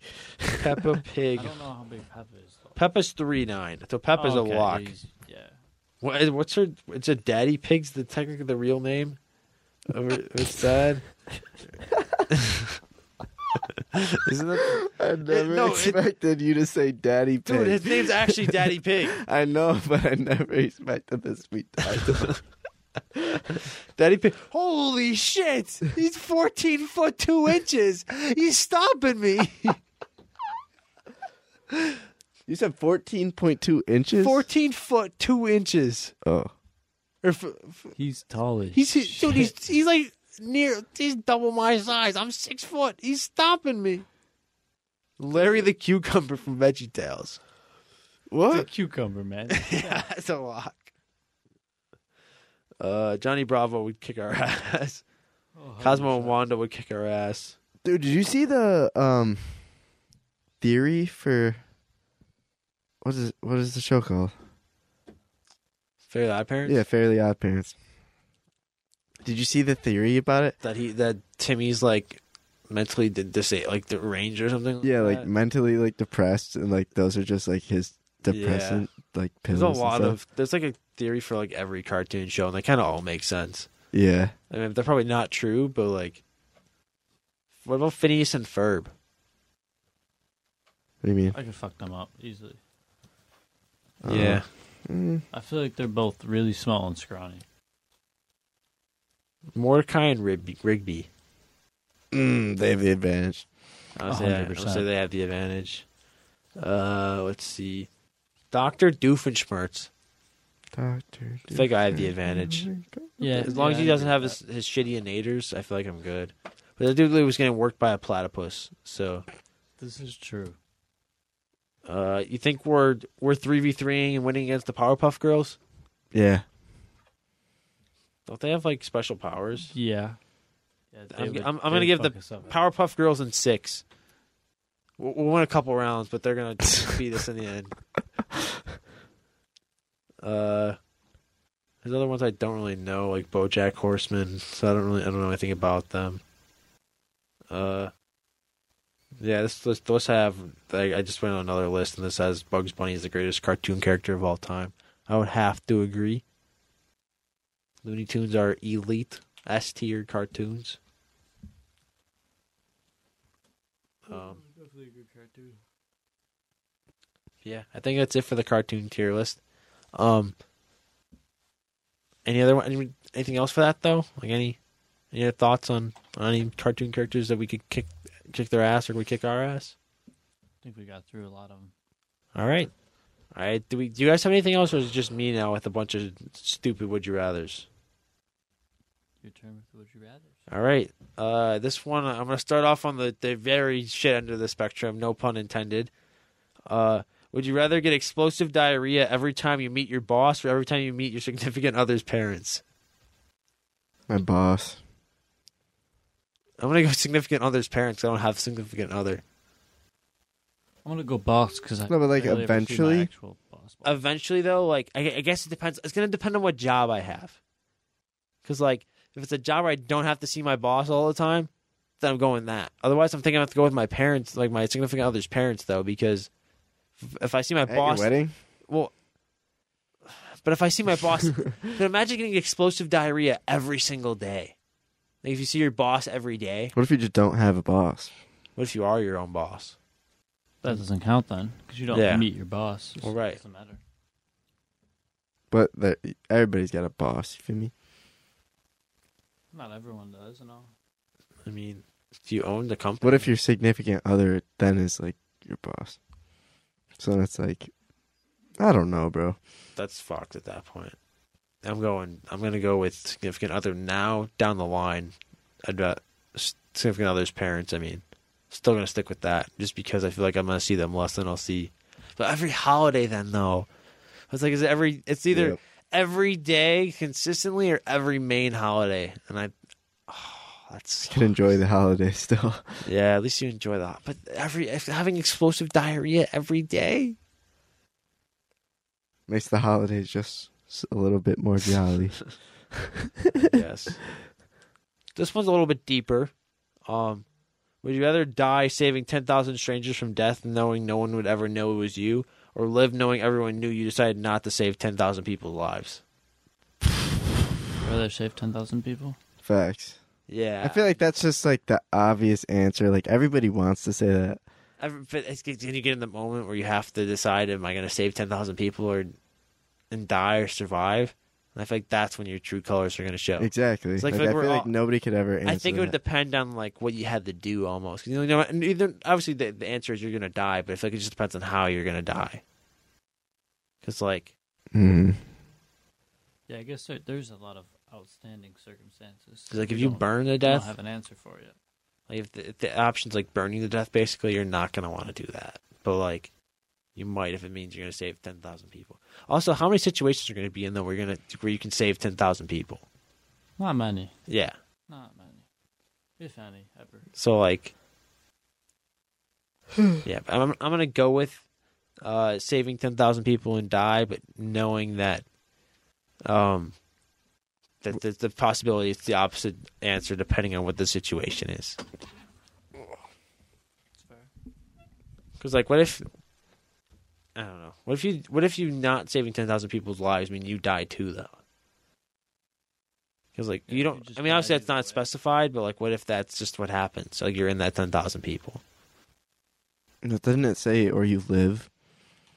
Peppa Pig. I don't know how big Peppa is. Though. Peppa's three nine. So Peppa's Oh, okay, a yeah, lock. he's- Yeah. What, what's her? It's a daddy pig's. The technically the real name. Over- It's dad. Isn't that I never no, it- expected you to say Daddy Pig. dude? His name's actually Daddy Pig. I know, but I never expected this sweet title. Daddy Pig. Holy shit! He's fourteen foot two inches. He's stomping me. you said 14.2 inches? Fourteen foot two inches. Oh. Or f- f- He's tall as he's shit. dude. He's he's like near. He's double my size. I'm six foot. He's stomping me. Larry the cucumber from Veggie Tales. He's a What? cucumber, man. Oh, yeah, it's a lock. Uh, Johnny Bravo would kick our ass. Cosmo and Wanda would kick our ass. Dude, did you see the um theory for what is what is the show called? Fairly Odd Parents. Yeah, Fairly Odd Parents. Did you see the theory about it? That he that Timmy's like mentally did disabled, like deranged or something. Yeah, like, like mentally like depressed and like those are just like his depressant like that. pills. there's a and lot stuff. of there's like a theory for like every cartoon show, and they kind of all make sense. Yeah. I mean, they're probably not true, but like, what about Phineas and Ferb? What do you mean? I could fuck them up easily. Uh, mm, I feel like they're both really small and scrawny. Mordecai and Rigby. Rigby. mm, they have the advantage. I'll say, I would 100%. say they have the advantage. Uh, let's see. Dr. Doofenshmirtz. Doctor. I think I have the advantage. Yeah. as long as he doesn't have his, his shitty innators, I feel like I'm good. But the dude was getting worked by a platypus. So This is true. uh, you think we're we're 3v3ing and winning against the Powerpuff Girls? Yeah. Don't they have like special powers? Yeah. yeah they I'm- would- I'm- I'm they gonna would give the fuck us up. Powerpuff Girls in six. We'll, we'll win a couple rounds, but they're gonna beat us in the end. Uh, there's other ones I don't really know, like BoJack Horseman. So I don't really, I don't know anything about them. Uh, yeah, this list does have. I, I just went on another list, and this has Bugs Bunny is the greatest cartoon character of all time. I would have to agree. Looney Tunes are elite, S tier cartoons. Um, yeah, I think that's it for the cartoon tier list. Um, any other one- any- anything else for that though? Like any any other thoughts on, on any cartoon characters that we could kick kick their ass or we kick our ass? I think we got through a lot of them. All right, all right. Do we? Do you guys have anything else, or is it just me now with a bunch of stupid would you rather's? Your turn with Would You Rather. All right. Uh, this one, I'm going to start off on the, the very shit end of the spectrum, no pun intended. Uh, would you rather get explosive diarrhea every time you meet your boss or every time you meet your significant other's parents? My boss. I'm going to go significant other's parents. 'cause I don't have significant other. I'm gonna go boss because I No, but, like, barely ever see my eventually- actual boss. Eventually, though, like, I, I guess it depends. It's going to depend on what job I have. Because, like, if it's a job where I don't have to see my boss all the time, then I'm going that. Otherwise, I'm thinking I have to go with my parents, like my significant other's parents, though, because if- if I see my At boss, your wedding? well, but if I see my boss, but imagine getting explosive diarrhea every single day. Like if you see your boss every day, What if you just don't have a boss? what if you are your own boss? That doesn't count then, because you don't Yeah. meet your boss. Well, right. Doesn't matter. But that everybody's got a boss. You feel me? Not everyone does, and all. I mean, if you own the company, What if your significant other then is like your boss? So that's like, I don't know, bro. that's fucked at that point. I'm going. I'm going to go with significant other now. Down the line, I'd uh, significant other's parents. I mean, still going to stick with that just because I feel like I'm going to see them less than I'll see. But every holiday, then though, it's like is it every? It's either Yep. every day consistently or every main holiday, and I. Oh, that's Can enjoy the holiday still. yeah. At least you enjoy that. But every if having explosive diarrhea every day. Makes the holidays just s- a little bit more jolly. yes. This one's a little bit deeper. Um, would you rather die saving 10,000 strangers from death knowing no one would ever know it was you, or live knowing everyone knew you decided not to save 10,000 people's lives? Rather save ten thousand people. Facts. Yeah. I feel like that's just like the obvious answer. Like everybody wants to say that. Every, but it's, then you get in the moment where you have to decide, am I going to save 10,000 people or and die or survive? And I feel like that's when your true colors are going to show. Exactly. It's like- like, like I we're feel like all- nobody could ever answer I think it would that. depend on like what you had to do almost. You know, and either obviously the, the answer is you're gonna die, but I feel like it just depends on how you're gonna die. Because like Mhm. Yeah, I guess there, there's a lot of outstanding circumstances. 'cause, like We if you don't- burn to we don't death, have an answer for it. like if the, if the option's like burning to death, basically you're not gonna want to do that. But like you might if it means you're gonna save ten thousand people. Also, how many situations are gonna be in though where you're gonna where you can save ten thousand people? Not many. Yeah. Not many. If any, ever. So like, yeah, but I'm I'm gonna go with uh, saving ten thousand people and die, but knowing that, um, that the, the possibility it's the opposite answer depending on what the situation is. Because like, what if? I don't know. What if you? What if you not saving ten thousand people's lives? I mean, you die too, though. Because like Yeah, you you don't. just I mean, die obviously that's either not way. specified, but like, what if that's just what happens? Like you're in that ten thousand people. But Doesn't it say or you live?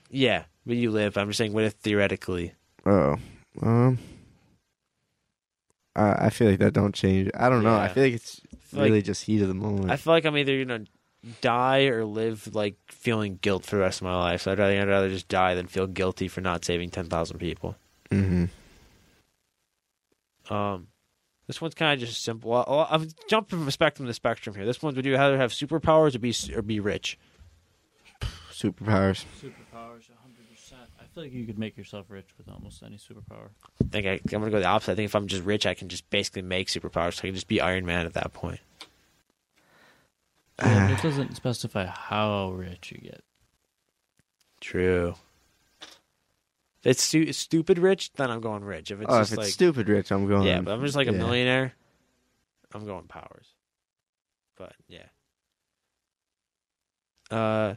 Yeah, but you live. I'm just saying, what if theoretically? Oh, um, I I feel like that don't change. I don't know. I Yeah. feel like it's Like- really just heat of the moment. I feel like I'm either gonna die or live like feeling guilt for the rest of my life. So I'd rather I'd rather just die than feel guilty for not saving ten thousand people. mm-hmm. Um, this one's kind of just simple. I- I- I'm jumping from spectrum to spectrum here. This one's would you rather have superpowers or be s- or be rich? Superpowers. Superpowers, hundred percent. I feel like you could make yourself rich with almost any superpower. I think I, I'm gonna go the opposite. I think if I'm just rich, I can just basically make superpowers. So I can just be Iron Man at that point. Ah. Yeah, it doesn't specify how rich you get. True. If it's stu- stupid rich, then I'm going rich. If it's oh, if just it's like stupid rich, I'm going. Yeah, but I'm just like a yeah. millionaire. I'm going powers. But yeah. Uh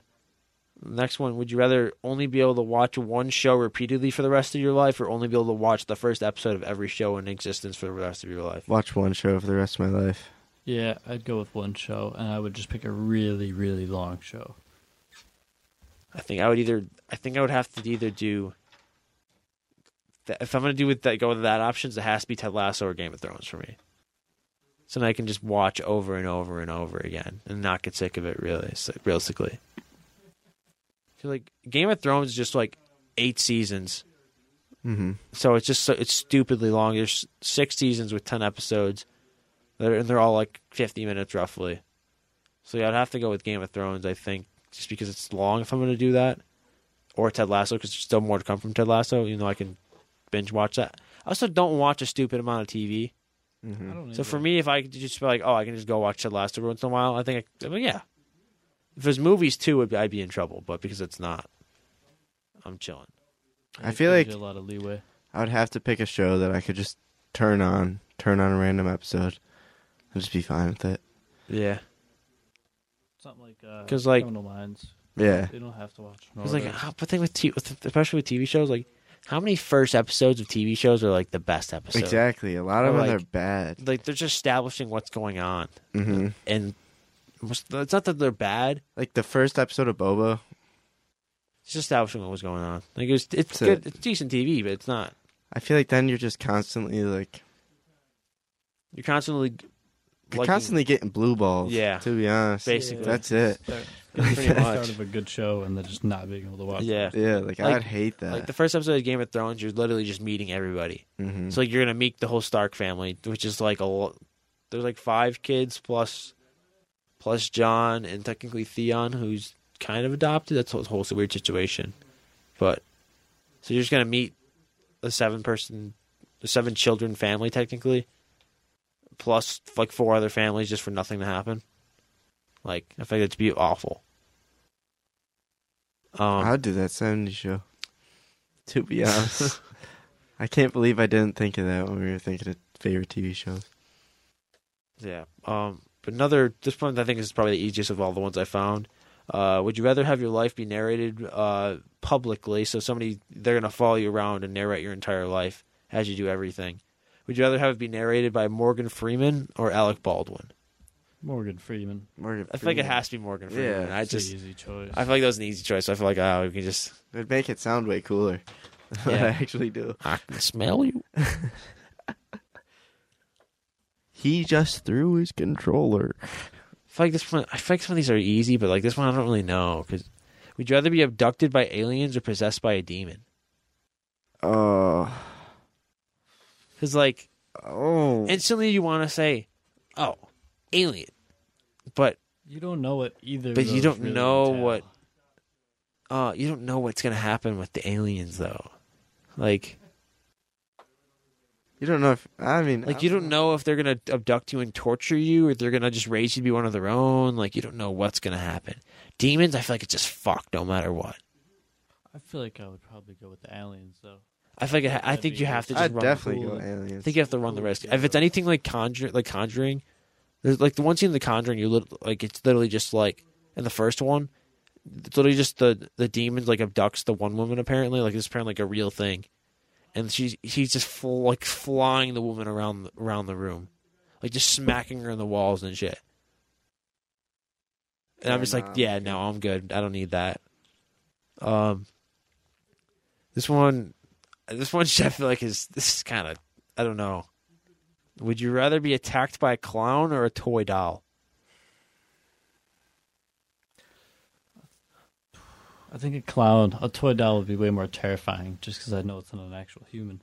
next one, would you rather only be able to watch one show repeatedly for the rest of your life or only be able to watch the first episode of every show in existence for the rest of your life? Watch one show for the rest of my life. Yeah, I'd go with one show, and I would just pick a really, really long show. I think I would either I think I would have to either do th- if I'm going to do with that go with that options it has to be Ted Lasso or Game of Thrones for me. So then I can just watch over and over and over again and not get sick of it really so- realistically. So like Game of Thrones is just like 8 seasons. Mm-hmm. So it's just so it's stupidly long. There's 6 seasons with 10 episodes. They're, and they're all like 50 minutes roughly. So yeah, I'd have to go with Game of Thrones, I think, just because it's long if I'm going to do that, or Ted Lasso because there's still more to come from Ted Lasso. You know, I can binge watch that. I also don't watch a stupid amount of TV. Mm-hmm. don't So for me, if I could just be like, oh, I can just go watch Ted Lasso every once in a while, I think, I, I mean, yeah. If there's movies too, I'd be- I'd be in trouble. But because it's not, I'm chilling. I feel gives like- you a lot of leeway. I would have to pick a show that I could just turn on, turn on a random episode, and just be fine with it. Yeah. Something like uh, 'Cause, like- Criminal Minds. Yeah. They don't have to watch. Oh, It's like, how, but thing with, t- with especially with TV shows, like how many first episodes of TV shows are like the best episodes? exactly. A lot of Or, them like- are bad. Like they're just establishing what's going on, hmm and most- it's not that they're bad; Like the first episode of Boba. it's just establishing what was going on. Like it was, it's That's it. good, it's decent TV, but it's not. I feel like then you're just constantly like You're constantly, you're liking- constantly getting blue balls. Yeah. To be honest. basically. That's it. pretty Like, much. much. Start of a good show and then just not being able to watch. it. yeah. Yeah. Like, Like- I'd hate that. Like the first episode of Game of Thrones, you're literally just meeting everybody. Mhm. So like you're gonna meet the whole Stark family, which is like a lo- there's like five kids plus plus John and technically Theon, who's kind of adopted. That's a whole weird situation. But so you're just gonna meet the seven person, the seven children family technically, plus like four other families just for nothing to happen. Like I think that'd be awful. Um, I'd do that 70 show. To be honest. I can't believe I didn't think of that when we were thinking of favorite TV shows. Yeah. Um. But another, this one I think is probably the easiest of all the ones I found. Uh, would you rather have your life be narrated uh, publicly, so somebody they're gonna follow you around and narrate your entire life as you do everything? Would you rather have it be narrated by Morgan Freeman or Alec Baldwin? Morgan Freeman. Morgan I feel like it has to be Morgan Freeman. Yeah, I It's an just, easy choice. I feel like that was an easy choice. I feel like oh, we can just It'd make it sound way cooler. than what Yeah. I actually do. I can smell you. He just threw his controller. I feel like this one. I feel like some of these are easy, but like this one, I don't really know. Cause would you rather be abducted by aliens or possessed by a demon? Oh. Because like Oh. instantly you want to say, "Oh, alien," but you don't know what either. of But you those don't really know entail. what- uh, you don't know what's gonna happen with the aliens, though. Like, you don't know if. I mean. I like you don't know if they're gonna abduct you and torture you, or they're gonna just raise you to be one of their own. Like, you don't know what's gonna happen. Demons, I feel like it's just fucked no matter what. I feel like I would probably go with the aliens though. I feel like it ha- I think you have to just I'd run. definitely cool. go I aliens. think you have to run the cool, risk. yeah. If it's anything like conjure, like conjuring, there's like the one scene in the conjuring, you lit- like it's literally just like in the first one, it's literally just the the demon like abducts the one woman apparently, like it's apparently like a real thing, and she's he's just full like flying the woman around around the room, like just smacking her in the walls and shit. And I'm Yeah, just nah, like, I'm yeah, good. no, I'm good. I don't need that. Um, this one, this one, I feel like is this is kind of I don't know. Would you rather be attacked by a clown or a toy doll? I think a clown, a toy doll, would be way more terrifying, just because I know it's not an actual human.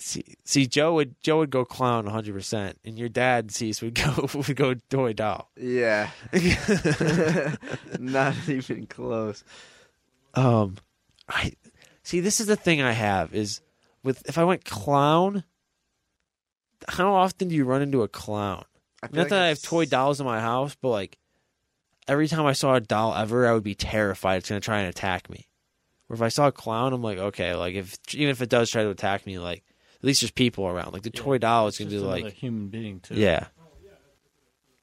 See, see, Joe would Joe would go clown 100, percent and your dad sees would go would go toy doll. Yeah. Not even close. Um, I see. This is the thing I have is with if I went clown. How often do you run into a clown? I Not that I have toy dolls in my house, but like every time I saw a doll ever, I would be terrified it's gonna try and attack me. Or if I saw a clown, I'm like, okay, like if even if it does try to attack me, like at least there's people around. Like the Yeah, toy doll is It's gonna just do another like, human being too. yeah,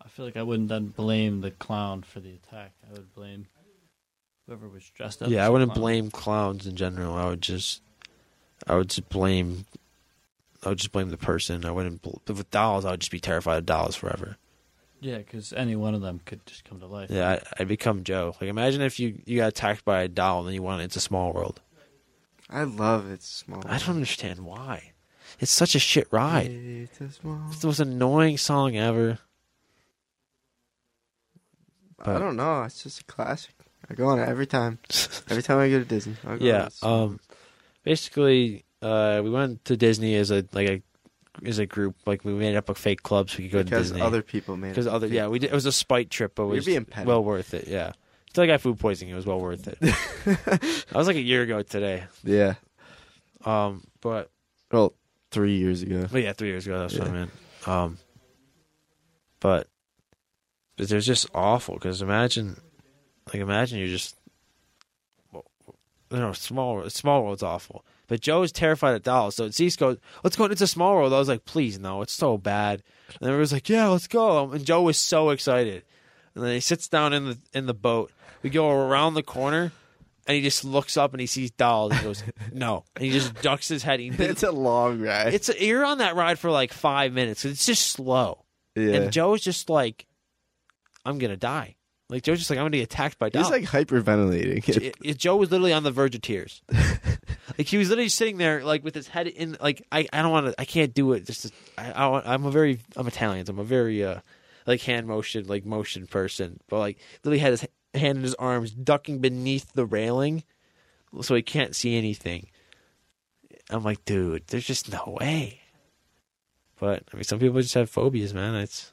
I feel like I wouldn't then blame the clown for the attack. I would blame whoever was dressed up. yeah. as I a wouldn't clown. blame clowns in general. I would just, I would just blame, I would just blame the person. I wouldn't. bl- But with dolls, I would just be terrified of dolls forever. Yeah, because any one of them could just come to life. Yeah, I, I become Joe. Like imagine if you you got attacked by a doll and then you went It's a Small World. I love it's small. I don't understand why. It's such a shit ride. It's a small. It's the most annoying song ever. I don't know. It's just a classic. I go on it every time. Every time I go to Disney. I go on yeah. it. Um. Basically, uh, we went to Disney as a like a as a group. Like we made up a fake club so we could go because to Disney. other people made because it. other Fake yeah, we did, it was a spite trip, but it You're was being petty. well worth it. Yeah. Until I got food poisoning, it was well worth it. I was like a year ago today. yeah. Um. But Well, three years ago. But yeah, three years ago, that's what I Yeah. meant. Um, but but there's just awful because imagine, like imagine you're just, well, you know, small small world's awful. But Joe is terrified of dolls. So Zeus goes, let's go. It's a small world. I was like, please, no, it's so bad. And everybody was like, yeah, let's go. And Joe was so excited. And then he sits down in the in the boat. We go around the corner, and he just looks up and he sees dolls. He goes, no. And he just ducks his head. He It's a long ride. it's you're on that ride for like five minutes. 'cause It's just slow. yeah. And Joe's just like, I'm gonna die. Like Joe's just like, I'm gonna get attacked by dolls. He's like hyperventilating. J- it- Joe was literally on the verge of tears. like he was literally sitting there, like with his head in. Like I, I don't want to. I can't do it. Just, I, I, want- I'm a very, I'm Italian. so I'm a very, uh, like hand motion, like motion person. But like, literally had his h- hand in his arms, ducking beneath the railing, so he can't see anything. I'm like, dude, there's just no way. But I mean, some people just have phobias, man. It's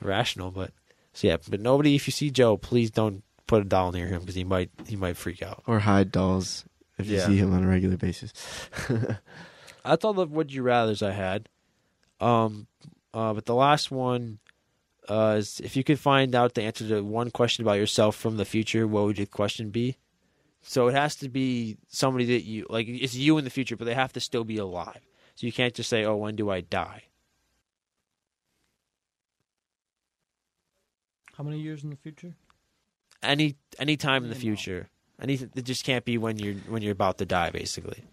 rational, but so yeah. But nobody, if you see Joe, please don't put a doll near him because he might he might freak out. or hide dolls if you Yeah. see him on a regular basis. That's all the would you rather's I had. Um, uh, but the last one uh, is if you could find out the answer to one question about yourself from the future, what would your question be? So it has to be somebody that you like. It's you in the future, but they have to still be alive. So you can't just say, "Oh, when do I die?" How many years in the future? Any any time in the No. future, anything it just can't be when you're when you're about to die, basically.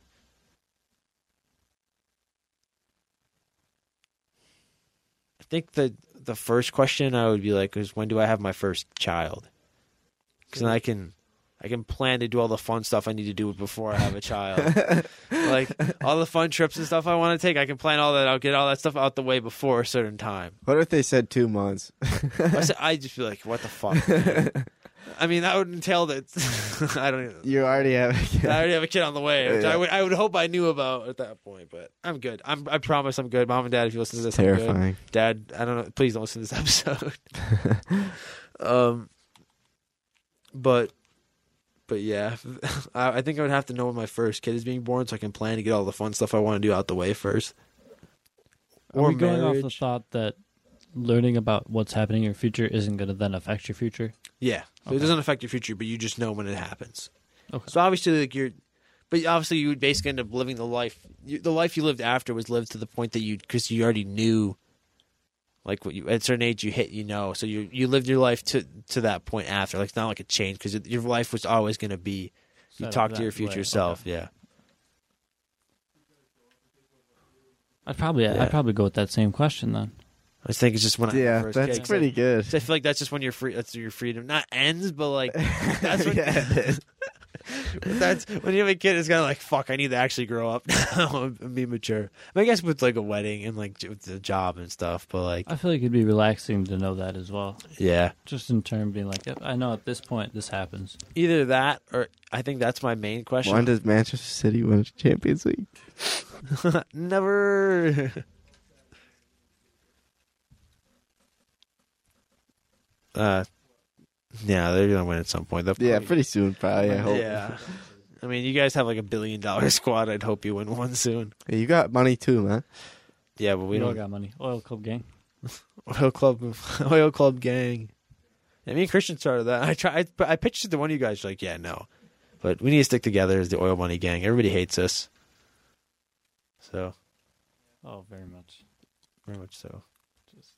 I think the the first question I would be like is when do I have my first child? Because then I can I can plan to do all the fun stuff I need to do before I have a child. like all the fun trips and stuff I want to take, I can plan all that. I'll get all that stuff out the way before a certain time. What if they said two months? I said, I just feel like what the fuck. man? I mean, that would entail that I don't even. you already have. I already have a kid on the way. Which Yeah. I would I would hope I knew about at that point, but I'm good. I'm I promise I'm good. Mom and dad, if you listen to this, I'm good. Terrifying. Dad, I don't know. Please don't listen to this episode. um, but, but yeah, I, I think I would have to know when my first kid is being born, so I can plan to get all the fun stuff I want to do out the way first. Are Or we going off the marriage. thought that learning about what's happening in your future isn't going to then affect your future? Yeah, so it Okay. doesn't affect your future, but you just know when it happens. Okay. So obviously, like you're, but obviously you would basically end up living the life. You, the life you lived after was lived to the point that you, because you already knew, like what you at a certain age you hit, you know. So you you lived your life to to that point after. Like it's not like a change because your life was always going to be. You Set talk up to your that way. future self. Okay. Yeah. I'd probably Yeah. I'd probably go with that same question then. I just think it's just when I Yeah, first that's kicked. pretty good. 'Cause I feel like that's just when your free that's your freedom not ends, but like that's when Yeah, it is. But that's when you have a kid, it's kind of like, fuck, I need to actually grow up now and be mature. I, mean, I guess with like a wedding and like j- with the job and stuff, but like, I feel like it'd be relaxing to know that as well. yeah, Just in terms of being like, yep, I know at this point this happens. either that or I think that's my main question. When does Manchester City win the Champions League? Never. uh, yeah, they're gonna win at some point. They'll Yeah, probably- pretty soon, probably. I hope. yeah. I mean, you guys have like a billion dollar squad. I'd hope you win one soon. Hey, you got money too, man. Yeah, but we We, all don't. got money. Oil Club Gang. Oil Club, Oil Club Gang. And me and Christian started that. I tried. I pitched it to one of you guys. Like, yeah, no, but we need to stick together as the Oil Money Gang. Everybody hates us, so Oh, very much. very much so. Just Uh,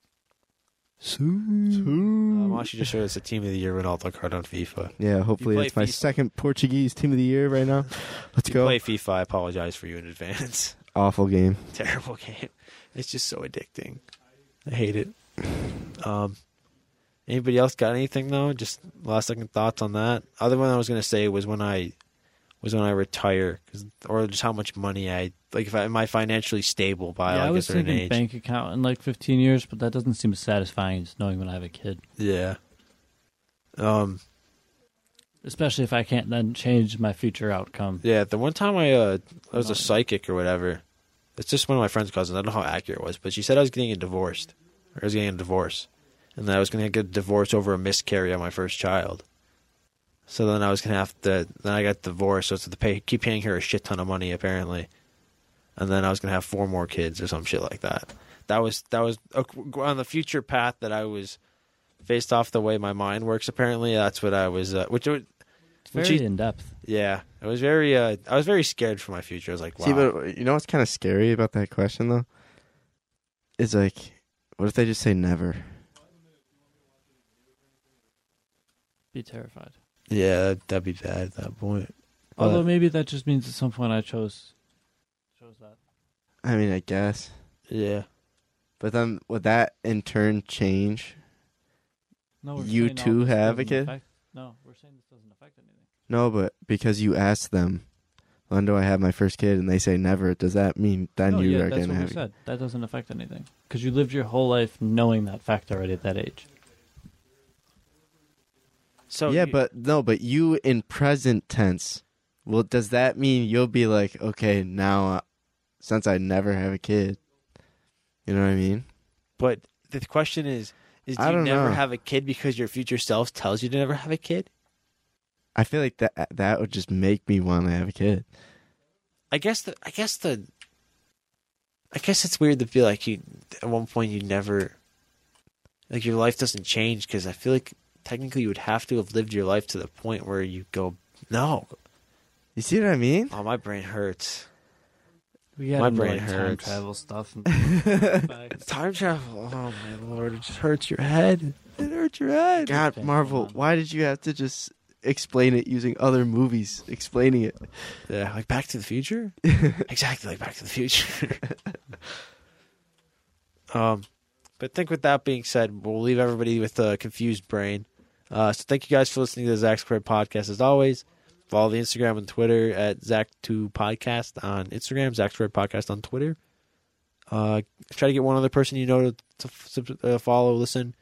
Soon. why don't you just show us a Team of the Year Ronaldo card on FIFA? yeah, hopefully play it's my FIFA. second Portuguese team of the year right now. If Let's you go. play FIFA, I apologize for you in advance. Awful game. Terrible game. It's just so addicting. I hate it. Um, anybody else got anything though? Just last second thoughts on that. Other one I was gonna say was when I was when I retire, 'cause- or just how much money I like. If I, am I financially stable by yeah, like I a was certain thinking age? bank account in like 15 years, but that doesn't seem as satisfying as knowing when I have a kid. Yeah. Um. Especially if I can't then change my future outcome. Yeah. The one time I uh I was a Money. psychic or whatever. It's just one of my friend's cousins. I don't know how accurate it was, but she said I was getting a divorced. Or I was getting a divorce, and that I was going to get a divorce over a miscarriage on my first child. So then I was going to have to. Then I got divorced, so it's to pay, keep paying her a shit ton of money apparently, and then I was going to have four more kids or some shit like that. That was that was uh, on the future path that I was based off the way my mind works. Apparently, that's what I was. Uh, which it was- Very Which he- in depth. Yeah, I was very uh, I was very scared for my future. I was like, wow. See, but you know what's kind of scary about that question though? Is like, what if they just say never? Be terrified. Yeah, that'd, that'd be bad at that point. Although maybe that just means at some point I chose chose that. I mean, I guess. yeah, But then would that in turn change? No, we're You saying all too this have doesn't a kid? affect- no, we're saying this doesn't affect anything. No, but because you asked them, when do I have my first kid? And they say never. Does that mean then no, you Oh, yeah, are that's going to what we have? said. That doesn't affect anything because you lived your whole life knowing that fact already at that age. so yeah, you- but no, but you in present tense. Well, does that mean you'll be like, okay, now uh, since I never have a kid, you know what I mean? but the question is, is do I you don't never know. have a kid because your future self tells you to never have a kid? I feel like that that would just make me want to have a kid. I guess the I guess the I guess it's weird to feel like you at one point you never like your life doesn't change because I feel like technically you would have to have lived your life to the point where you go no You see what I mean? oh my brain hurts We got My into, brain like, time hurts. travel stuff. And facts. time travel oh my lord it just hurts your head It hurt your head. God, Okay, Marvel, come on. why did you have to just explain it using other movies explaining it? yeah like Back to the Future exactly like Back to the Future um but I think with that being said we'll leave everybody with a confused brain Uh, so thank you guys for listening to the Zach Squared podcast as always. Follow the Instagram and Twitter at Zach2Podcast on Instagram, Zach Squared Podcast on Twitter. Uh, try to get one other person you know to, to f- sub- uh, follow, listen.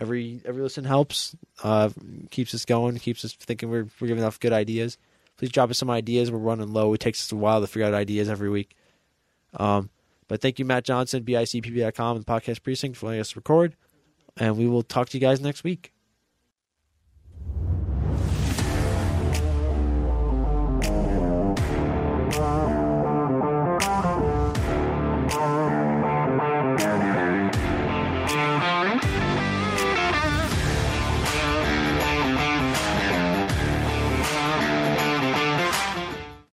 Every every listen helps, uh, keeps us going, keeps us thinking we're, we're giving off good ideas. Please drop us some ideas. We're running low. It takes us a while to figure out ideas every week. Um, but thank you, Matt Johnson, BICPB.com and Podcast Precinct for letting us record. And we will talk to you guys next week.